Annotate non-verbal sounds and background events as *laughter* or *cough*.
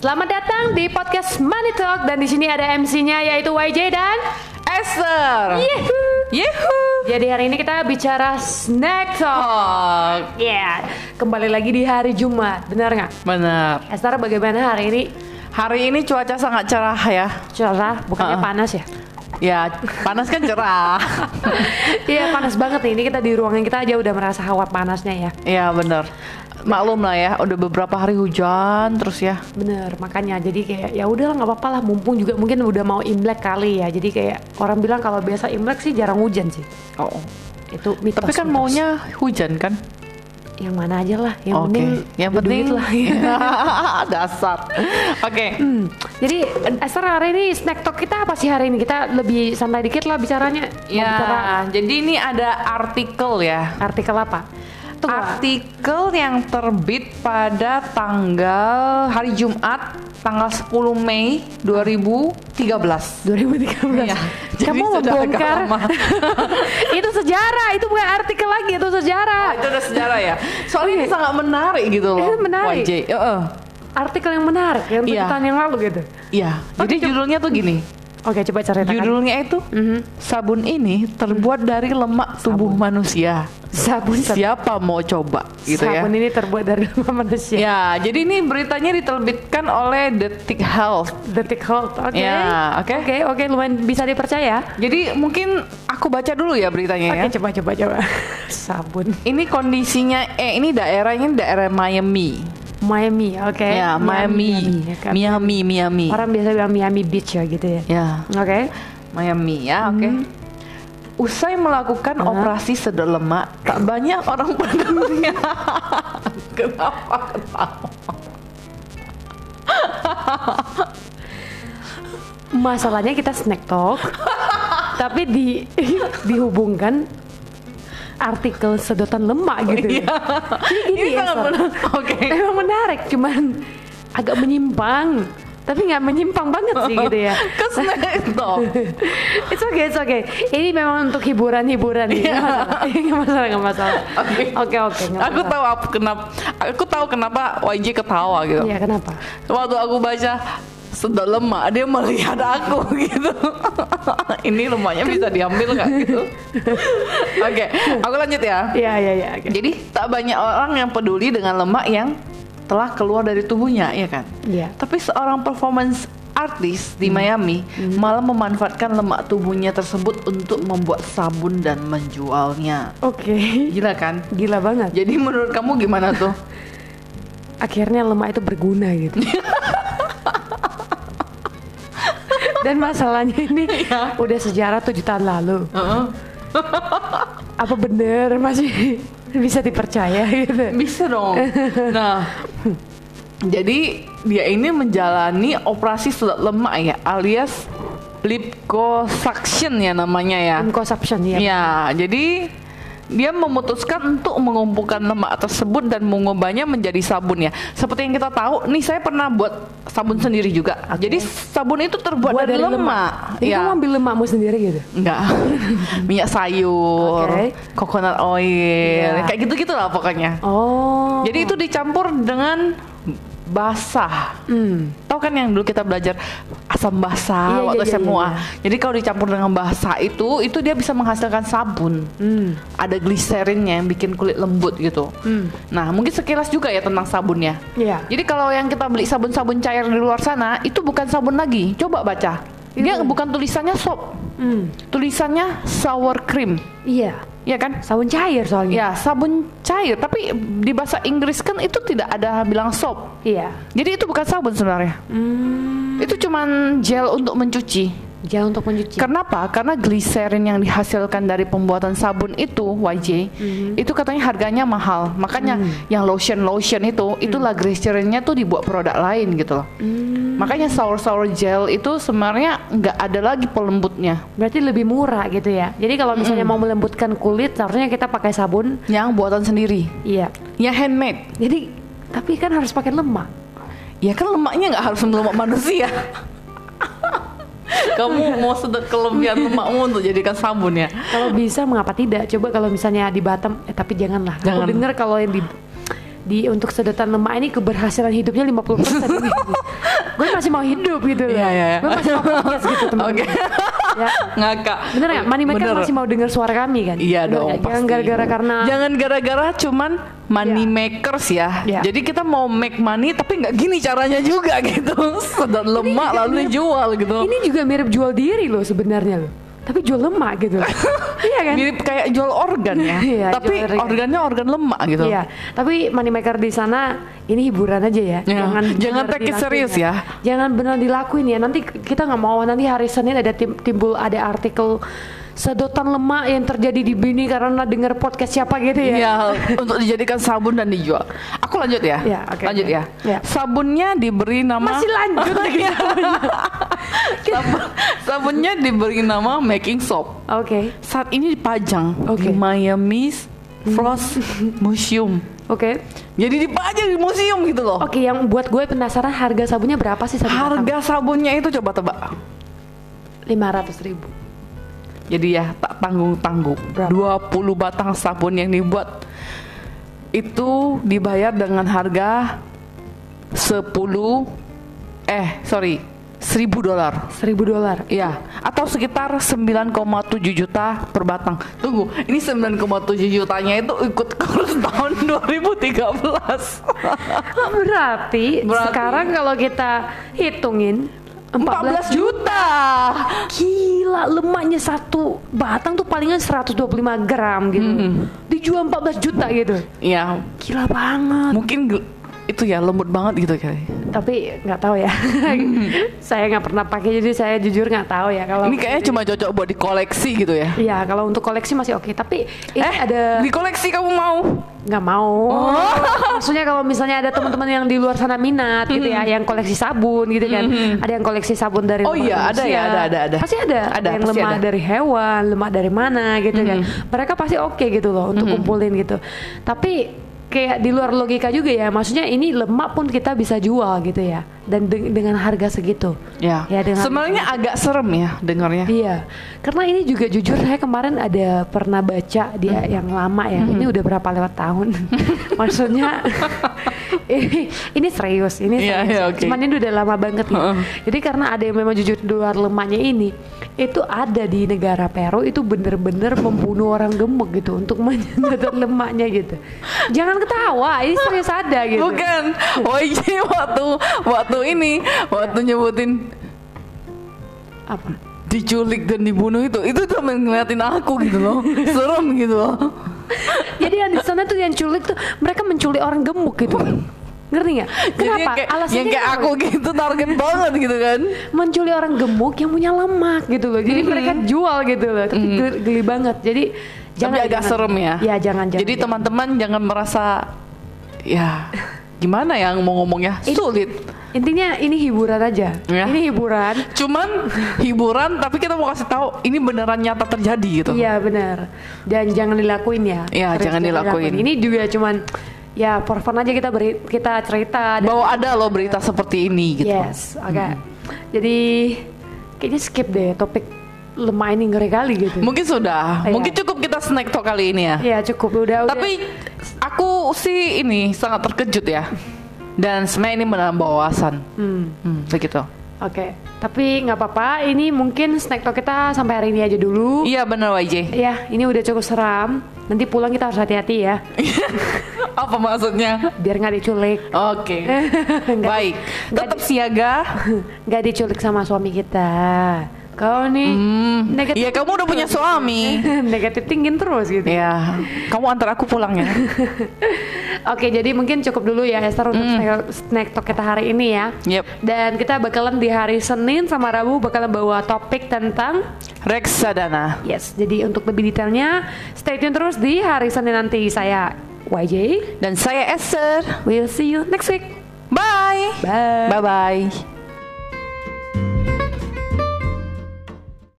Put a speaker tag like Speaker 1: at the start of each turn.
Speaker 1: Selamat datang di podcast Money Talk dan di sini ada MC-nya yaitu YJ dan
Speaker 2: Esther.
Speaker 1: Yehu.
Speaker 2: Yehu.
Speaker 1: Jadi hari ini kita bicara snack talk.
Speaker 2: Oh,
Speaker 1: Yeah. Kembali lagi di hari Jumat, benar nggak?
Speaker 2: benar.
Speaker 1: Esther bagaimana hari ini?
Speaker 2: Hari ini cuaca sangat cerah ya.
Speaker 1: Cerah, bukannya
Speaker 2: Uh-uh.
Speaker 1: panas ya? *laughs*
Speaker 2: Ya, panas kan cerah.
Speaker 1: Iya panas banget nih. Ini kita di ruangan kita aja udah merasa hawa panasnya ya.
Speaker 2: Iya, benar. Maklum lah ya, udah beberapa hari hujan terus ya.
Speaker 1: Bener, makanya jadi kayak ya udahlah nggak apa-apa lah. Mumpung juga mungkin udah mau imlek kali ya. Jadi kayak orang bilang kalau biasa imlek sih jarang hujan sih.
Speaker 2: Oh.
Speaker 1: Itu mitos.
Speaker 2: Tapi kan
Speaker 1: mitos.
Speaker 2: maunya hujan kan?
Speaker 1: yang mana aja lah. Yang penting
Speaker 2: Yang
Speaker 1: ada
Speaker 2: penting
Speaker 1: duit lah. ya.
Speaker 2: *laughs* dasar. Oke.
Speaker 1: Hmm, Jadi Esther hari ini snack talk kita apa sih hari ini? Kita lebih santai dikit lah bicaranya. Mau bicara
Speaker 2: Ya, jadi ini ada artikel ya.
Speaker 1: artikel apa? Tunggu.
Speaker 2: Artikel yang terbit pada tanggal hari Jumat tanggal 10 Mei 2013.
Speaker 1: 2013.
Speaker 2: Iya, jadi
Speaker 1: Kamu
Speaker 2: sudah agak
Speaker 1: membongkar.
Speaker 2: lama.
Speaker 1: *laughs* itu sejarah, itu bukan artikel lagi, itu sejarah.
Speaker 2: Itu udah sejarah ya. Soalnya ini sangat menarik gitu loh.
Speaker 1: Ini menarik.
Speaker 2: YJ. Heeh.
Speaker 1: Artikel yang menarik, yang tujuh
Speaker 2: Iya.
Speaker 1: tahun yang lalu gitu.
Speaker 2: Iya. Jadi
Speaker 1: Oke.
Speaker 2: judulnya tuh gini.
Speaker 1: Oke, coba ceritakan.
Speaker 2: Judulnya itu
Speaker 1: Mhm.
Speaker 2: sabun ini terbuat dari lemak tubuh manusia.
Speaker 1: sabun ter-
Speaker 2: Siapa mau coba gitu ya?
Speaker 1: sabun ini terbuat dari lemah manusia.
Speaker 2: Ya, jadi ini beritanya diterbitkan oleh Detik Health.
Speaker 1: Detik hold. Oke.
Speaker 2: Ya, oke. Iya.
Speaker 1: Oke, oke lumayan bisa dipercaya.
Speaker 2: Jadi mungkin aku baca dulu ya beritanya ya.
Speaker 1: Oke, coba coba coba. *laughs* sabun
Speaker 2: Ini kondisinya eh ini daerahnya daerah Miami.
Speaker 1: Eh, Miami, oke.
Speaker 2: Ya, Miami.
Speaker 1: Miami, kan.
Speaker 2: Miami, Miami.
Speaker 1: Orang biasa bilang Miami Beach ya gitu ya.
Speaker 2: Ya,
Speaker 1: Oke.
Speaker 2: Miami ya,
Speaker 1: Hmm.
Speaker 2: oke. Usai melakukan operasi sedot lemak, tak banyak orang *laughs* peduli. Kenapa ketawa?
Speaker 1: Masalahnya kita snack
Speaker 2: *laughs*
Speaker 1: talk. tapi di dihubungkan artikel sedotan lemak gitu. ya. Jadi gini
Speaker 2: Oh, iya. Ini
Speaker 1: ya,
Speaker 2: sangat
Speaker 1: Sar.
Speaker 2: menarik. Oke.
Speaker 1: Emang menarik, cuman agak menyimpang. Tapi nggak menyimpang banget sih gitu
Speaker 2: *laughs*
Speaker 1: ya.
Speaker 2: Kesnet dong.
Speaker 1: It's okay, it's okay. Ini memang untuk hiburan-hiburan nih. Nggak masalah. *laughs* Nggak masalah, nggak masalah.
Speaker 2: Iya. Oke.
Speaker 1: *laughs* Oke, oke. nggak
Speaker 2: Aku
Speaker 1: masalah.
Speaker 2: tahu apa kenapa aku tahu kenapa YG ketawa gitu.
Speaker 1: Iya, kenapa?
Speaker 2: Waktu aku baca sedot lemak, dia melihat aku *laughs* gitu. Ini lemaknya bisa diambil nggak gitu? Oke, aku lanjut ya.
Speaker 1: Iya, iya, iya. oke.
Speaker 2: Jadi tak banyak orang yang peduli dengan lemak yang telah keluar dari tubuhnya, ya kan?
Speaker 1: Iya.
Speaker 2: Tapi seorang performance artis di Miami malah memanfaatkan lemak tubuhnya tersebut untuk membuat sabun dan menjualnya.
Speaker 1: Oke.
Speaker 2: Gila kan?
Speaker 1: Gila banget.
Speaker 2: Jadi menurut kamu gimana tuh?
Speaker 1: akhirnya lemak itu berguna gitu. Dan masalahnya ini udah sejarah tujuh tahun lalu. Apa bener masih *laughs* bisa dipercaya gitu?
Speaker 2: Bisa
Speaker 1: *laughs*
Speaker 2: dong. Nah, jadi dia ini menjalani operasi sedot lemak ya, alias liposuction ya namanya ya.
Speaker 1: Inconception ya.
Speaker 2: Ya, jadi dia memutuskan untuk mengumpulkan lemak tersebut dan mengubahnya menjadi sabun ya. Seperti yang kita tahu, nih saya pernah buat sabun sendiri juga. Jadi sabun itu terbuat
Speaker 1: Buat
Speaker 2: dari, lemak.
Speaker 1: Jadi
Speaker 2: Ya.
Speaker 1: kamu ambil lemakmu sendiri gitu.
Speaker 2: Enggak.
Speaker 1: *laughs*
Speaker 2: Minyak sayur,
Speaker 1: Oke.
Speaker 2: coconut oil,
Speaker 1: Iya.
Speaker 2: kayak gitu-gitu lah pokoknya.
Speaker 1: Oh.
Speaker 2: Jadi itu dicampur dengan basah.
Speaker 1: Hmm.
Speaker 2: Tahu kan yang dulu kita belajar asam
Speaker 1: Iya,
Speaker 2: basah
Speaker 1: iya,
Speaker 2: waktu
Speaker 1: iya,
Speaker 2: SMA.
Speaker 1: iya.
Speaker 2: Jadi kalau dicampur dengan basah itu itu dia bisa menghasilkan sabun.
Speaker 1: Hmm.
Speaker 2: Ada gliserinnya yang bikin kulit lembut gitu.
Speaker 1: Hmm.
Speaker 2: Nah, mungkin sekilas juga ya tentang sabunnya.
Speaker 1: Iya.
Speaker 2: Jadi kalau yang kita beli sabun-sabun cair di luar sana itu bukan sabun lagi. Coba baca.
Speaker 1: Iya,
Speaker 2: Dia bukan tulisannya soap.
Speaker 1: Hmm.
Speaker 2: Tulisannya sour cream.
Speaker 1: Iya.
Speaker 2: Ya kan?
Speaker 1: Sabun cair soalnya.
Speaker 2: Ya, sabun cair, tapi di bahasa Inggris kan itu tidak ada bilang soap.
Speaker 1: Iya.
Speaker 2: Jadi itu bukan sabun sebenarnya.
Speaker 1: Hmm.
Speaker 2: Itu cuman gel untuk mencuci.
Speaker 1: Jangan untuk mencuci.
Speaker 2: Kenapa? Karena gliserin yang dihasilkan dari pembuatan sabun itu, YJ, itu katanya harganya mahal. Makanya yang lotion-lotion itu, itulah gliserinnya tuh dibuat produk lain gitu loh. Makanya sour-sour gel itu sebenarnya nggak ada lagi pelembutnya.
Speaker 1: Berarti lebih murah gitu ya. Jadi kalau misalnya mau melembutkan kulit, seharusnya kita pakai sabun.
Speaker 2: Yang buatan sendiri.
Speaker 1: Iya.
Speaker 2: Yang Ya, handmade.
Speaker 1: Jadi tapi kan harus pakai lemak.
Speaker 2: Ya kan lemaknya nggak harus lemak manusia. *laughs* Kamu mau sedek kelebihan lemakmu untuk jadikan sabun ya?
Speaker 1: Kalau bisa mengapa tidak? Coba kalau misalnya di Batam, eh tapi janganlah. Aku
Speaker 2: Jangan.
Speaker 1: dengar kalau yang di di untuk sedotan lemak ini keberhasilan hidupnya 50%
Speaker 2: *laughs*
Speaker 1: ini. gue masih mau hidup gitu loh.
Speaker 2: Iya, iya, iya.
Speaker 1: Gue masih mau podcast gitu teman-teman.
Speaker 2: Oke. *laughs*
Speaker 1: Ya.
Speaker 2: Ngakak.
Speaker 1: Bener nggak? Money Maker
Speaker 2: Bener.
Speaker 1: masih mau dengar suara kami kan? Bener
Speaker 2: Iya dong.
Speaker 1: nggak? Jangan
Speaker 2: pasti.
Speaker 1: gara-gara karena
Speaker 2: jangan gara-gara cuman money
Speaker 1: Iya.
Speaker 2: makers ya.
Speaker 1: Iya.
Speaker 2: Jadi kita mau make money tapi nggak gini caranya juga *laughs* gitu. Sedot lemak
Speaker 1: juga
Speaker 2: lalu
Speaker 1: mirip-
Speaker 2: dijual gitu.
Speaker 1: ini juga mirip jual diri loh sebenarnya loh. Tapi jual lemak gitu.
Speaker 2: *laughs*
Speaker 1: iya kan?
Speaker 2: Mirip kayak jual organ ya.
Speaker 1: Iya,
Speaker 2: tapi
Speaker 1: jual organ.
Speaker 2: organnya organ lemak gitu.
Speaker 1: Iya, tapi money maker di sana ini hiburan aja ya.
Speaker 2: Iya, *laughs* jangan
Speaker 1: bener
Speaker 2: take
Speaker 1: dilakuin
Speaker 2: it
Speaker 1: ya.
Speaker 2: serius ya.
Speaker 1: Jangan benar dilakuin ya. Nanti kita nggak mau nanti hari Senin ada tim- timbul ada artikel sedotan lemak yang terjadi di bini karena dengar podcast siapa gitu ya.
Speaker 2: Iya, untuk dijadikan sabun dan dijual. Aku lanjut ya.
Speaker 1: Iya, oke,
Speaker 2: lanjut
Speaker 1: oke.
Speaker 2: ya.
Speaker 1: Iya.
Speaker 2: Sabunnya diberi nama
Speaker 1: Masih lanjut lagi.
Speaker 2: Iya. Sabun- *laughs* sabunnya diberi nama Making Soap.
Speaker 1: Oke.
Speaker 2: Saat ini dipajang
Speaker 1: Oke.
Speaker 2: di Miami
Speaker 1: *laughs*
Speaker 2: Frost Museum.
Speaker 1: Oke.
Speaker 2: Jadi dipajang di museum gitu loh.
Speaker 1: Oke, yang buat gue penasaran harga sabunnya berapa sih sabun
Speaker 2: Harga sabunnya itu coba tebak.
Speaker 1: lima ratus ribu.
Speaker 2: Jadi ya tak tanggung-tanggung.
Speaker 1: Berapa?
Speaker 2: 20 batang sabun yang dibuat itu dibayar dengan harga 10 eh sorry 1000 dolar.
Speaker 1: Seribu dolar.
Speaker 2: Ya, atau sekitar 9,7 juta per batang. Tunggu, ini 9,7 jutanya itu ikut kurs *laughs* tahun 2013.
Speaker 1: Berarti,
Speaker 2: Berarti.
Speaker 1: sekarang kalau kita hitungin 14
Speaker 2: 14 juta.
Speaker 1: Gila lemaknya satu batang tuh palingan 125 gram gitu
Speaker 2: Mm-hmm.
Speaker 1: Dijual 14 juta gitu
Speaker 2: Ya,
Speaker 1: Gila banget
Speaker 2: mungkin gel- itu ya lembut banget gitu kali.
Speaker 1: Tapi nggak tahu ya *laughs* Saya nggak pernah pakai jadi saya jujur nggak tahu ya kalau
Speaker 2: Mm-hmm. Ini kayaknya cuma cocok buat dikoleksi gitu ya.
Speaker 1: Iya kalau untuk koleksi masih oke Tapi ini
Speaker 2: eh,
Speaker 1: ada
Speaker 2: dikoleksi kamu mau?
Speaker 1: nggak mau
Speaker 2: Oh.
Speaker 1: Maksudnya kalau misalnya ada teman-teman yang di luar sana minat gitu ya Yang koleksi sabun gitu kan Ada yang koleksi sabun dari
Speaker 2: Oh
Speaker 1: lemak
Speaker 2: iya, ada ya,
Speaker 1: manusia.
Speaker 2: ada, ada, ada.
Speaker 1: Pasti ada,
Speaker 2: Ada,
Speaker 1: yang
Speaker 2: pasti
Speaker 1: lemak
Speaker 2: ada.
Speaker 1: dari hewan, lemak dari mana gitu kan Mereka pasti oke gitu loh untuk kumpulin gitu Tapi kayak di luar logika juga ya Maksudnya ini lemak pun kita bisa jual gitu ya Dan deng- dengan harga segitu
Speaker 2: Ya.
Speaker 1: dengan
Speaker 2: Sebenarnya agak serem ya dengarnya.
Speaker 1: Iya, karena ini juga jujur saya kemarin ada pernah baca dia
Speaker 2: Hmm.
Speaker 1: yang lama ya. Ini udah berapa lewat
Speaker 2: *laughs*
Speaker 1: tahun? Maksudnya ini, ini serius, ini serius.
Speaker 2: Iya, iya, oke.
Speaker 1: Cuman ini udah lama banget ya.
Speaker 2: Heeh.
Speaker 1: Jadi karena ada yang memang jujur di luar lemahnya ini, itu ada di negara Peru itu bener-bener membunuh orang gemuk gitu untuk *laughs* menyedotan lemaknya gitu. Jangan ketawa, ini serius ada gitu.
Speaker 2: Bukan. OIG *laughs* waktu waktu ini waktu nyebutin
Speaker 1: Apa?
Speaker 2: diculik dan dibunuh itu itu tuh ngeliatin aku gitu loh
Speaker 1: *laughs*
Speaker 2: serem gitu loh
Speaker 1: Jadi yang di sana tuh yang culik tuh mereka menculik orang gemuk gitu. Ngerti nggak?
Speaker 2: Jadi yang
Speaker 1: Kenapa?
Speaker 2: kayak,
Speaker 1: Alasannya
Speaker 2: yang kayak
Speaker 1: kenapa?
Speaker 2: aku gitu
Speaker 1: *laughs*
Speaker 2: target banget gitu kan
Speaker 1: menculik orang gemuk yang punya lemak gitu loh. Jadi mereka jual gitu loh. Tapi geli, geli banget. Jadi jangan
Speaker 2: tapi agak
Speaker 1: jangan.
Speaker 2: serem ya
Speaker 1: Iya, jangan jangan.
Speaker 2: jadi teman-teman jangan merasa ya gimana yang mau ngomongnya
Speaker 1: Ini-
Speaker 2: sulit
Speaker 1: Intinya ini hiburan aja.
Speaker 2: Ya.
Speaker 1: Ini hiburan.
Speaker 2: cuman hiburan tapi kita mau kasih tahu ini beneran nyata terjadi gitu
Speaker 1: Iya benar. Dan jangan dilakuin ya.
Speaker 2: Iya,
Speaker 1: Serius,
Speaker 2: jangan dilakuin.
Speaker 1: Ini juga cuman ya for fun aja kita beri kita cerita dan-
Speaker 2: bahwa ada loh berita seperti ini gitu
Speaker 1: Yes, oke. Jadi kayaknya skip deh topik lemah ini ngeri kali gitu.
Speaker 2: mungkin sudah
Speaker 1: Iya.
Speaker 2: mungkin cukup kita snack talk kali ini ya
Speaker 1: Iya cukup udah. udah.
Speaker 2: Tapi aku sih ini sangat terkejut ya. Dan sebenarnya ini menambah wawasan.
Speaker 1: Hmm.
Speaker 2: Hmm, begitu.
Speaker 1: Oke, tapi nggak apa-apa. Ini mungkin snack talk kita sampai hari ini aja dulu.
Speaker 2: Iya bener YJ.
Speaker 1: Ya, ini udah cukup seram. Nanti pulang kita harus hati-hati ya,
Speaker 2: *laughs* Apa maksudnya?
Speaker 1: biar nggak diculik. *laughs*
Speaker 2: Oke.
Speaker 1: Nggak-
Speaker 2: Baik.
Speaker 1: nggak
Speaker 2: Tetap
Speaker 1: di- *laughs*
Speaker 2: siaga.
Speaker 1: nggak diculik sama suami kita. Kau nih
Speaker 2: Hmm.
Speaker 1: negatif.
Speaker 2: Iya kamu udah punya suami.
Speaker 1: *laughs* negatif tingin terus gitu.
Speaker 2: Iya. Kamu antar aku pulang
Speaker 1: *laughs*
Speaker 2: ya.
Speaker 1: Oke, jadi mungkin cukup dulu ya Esther untuk
Speaker 2: Hmm.
Speaker 1: snack- snack talk kita hari ini ya.
Speaker 2: Yep.
Speaker 1: Dan kita bakalan di hari Senin sama Rabu bakalan bawa topik tentang
Speaker 2: Reksadana.
Speaker 1: yes. Jadi untuk lebih detailnya stay tune terus di hari Senin nanti saya YJ.
Speaker 2: Dan saya Esther.
Speaker 1: We'll see you next week.
Speaker 2: Bye.
Speaker 1: Bye.
Speaker 2: Bye bye.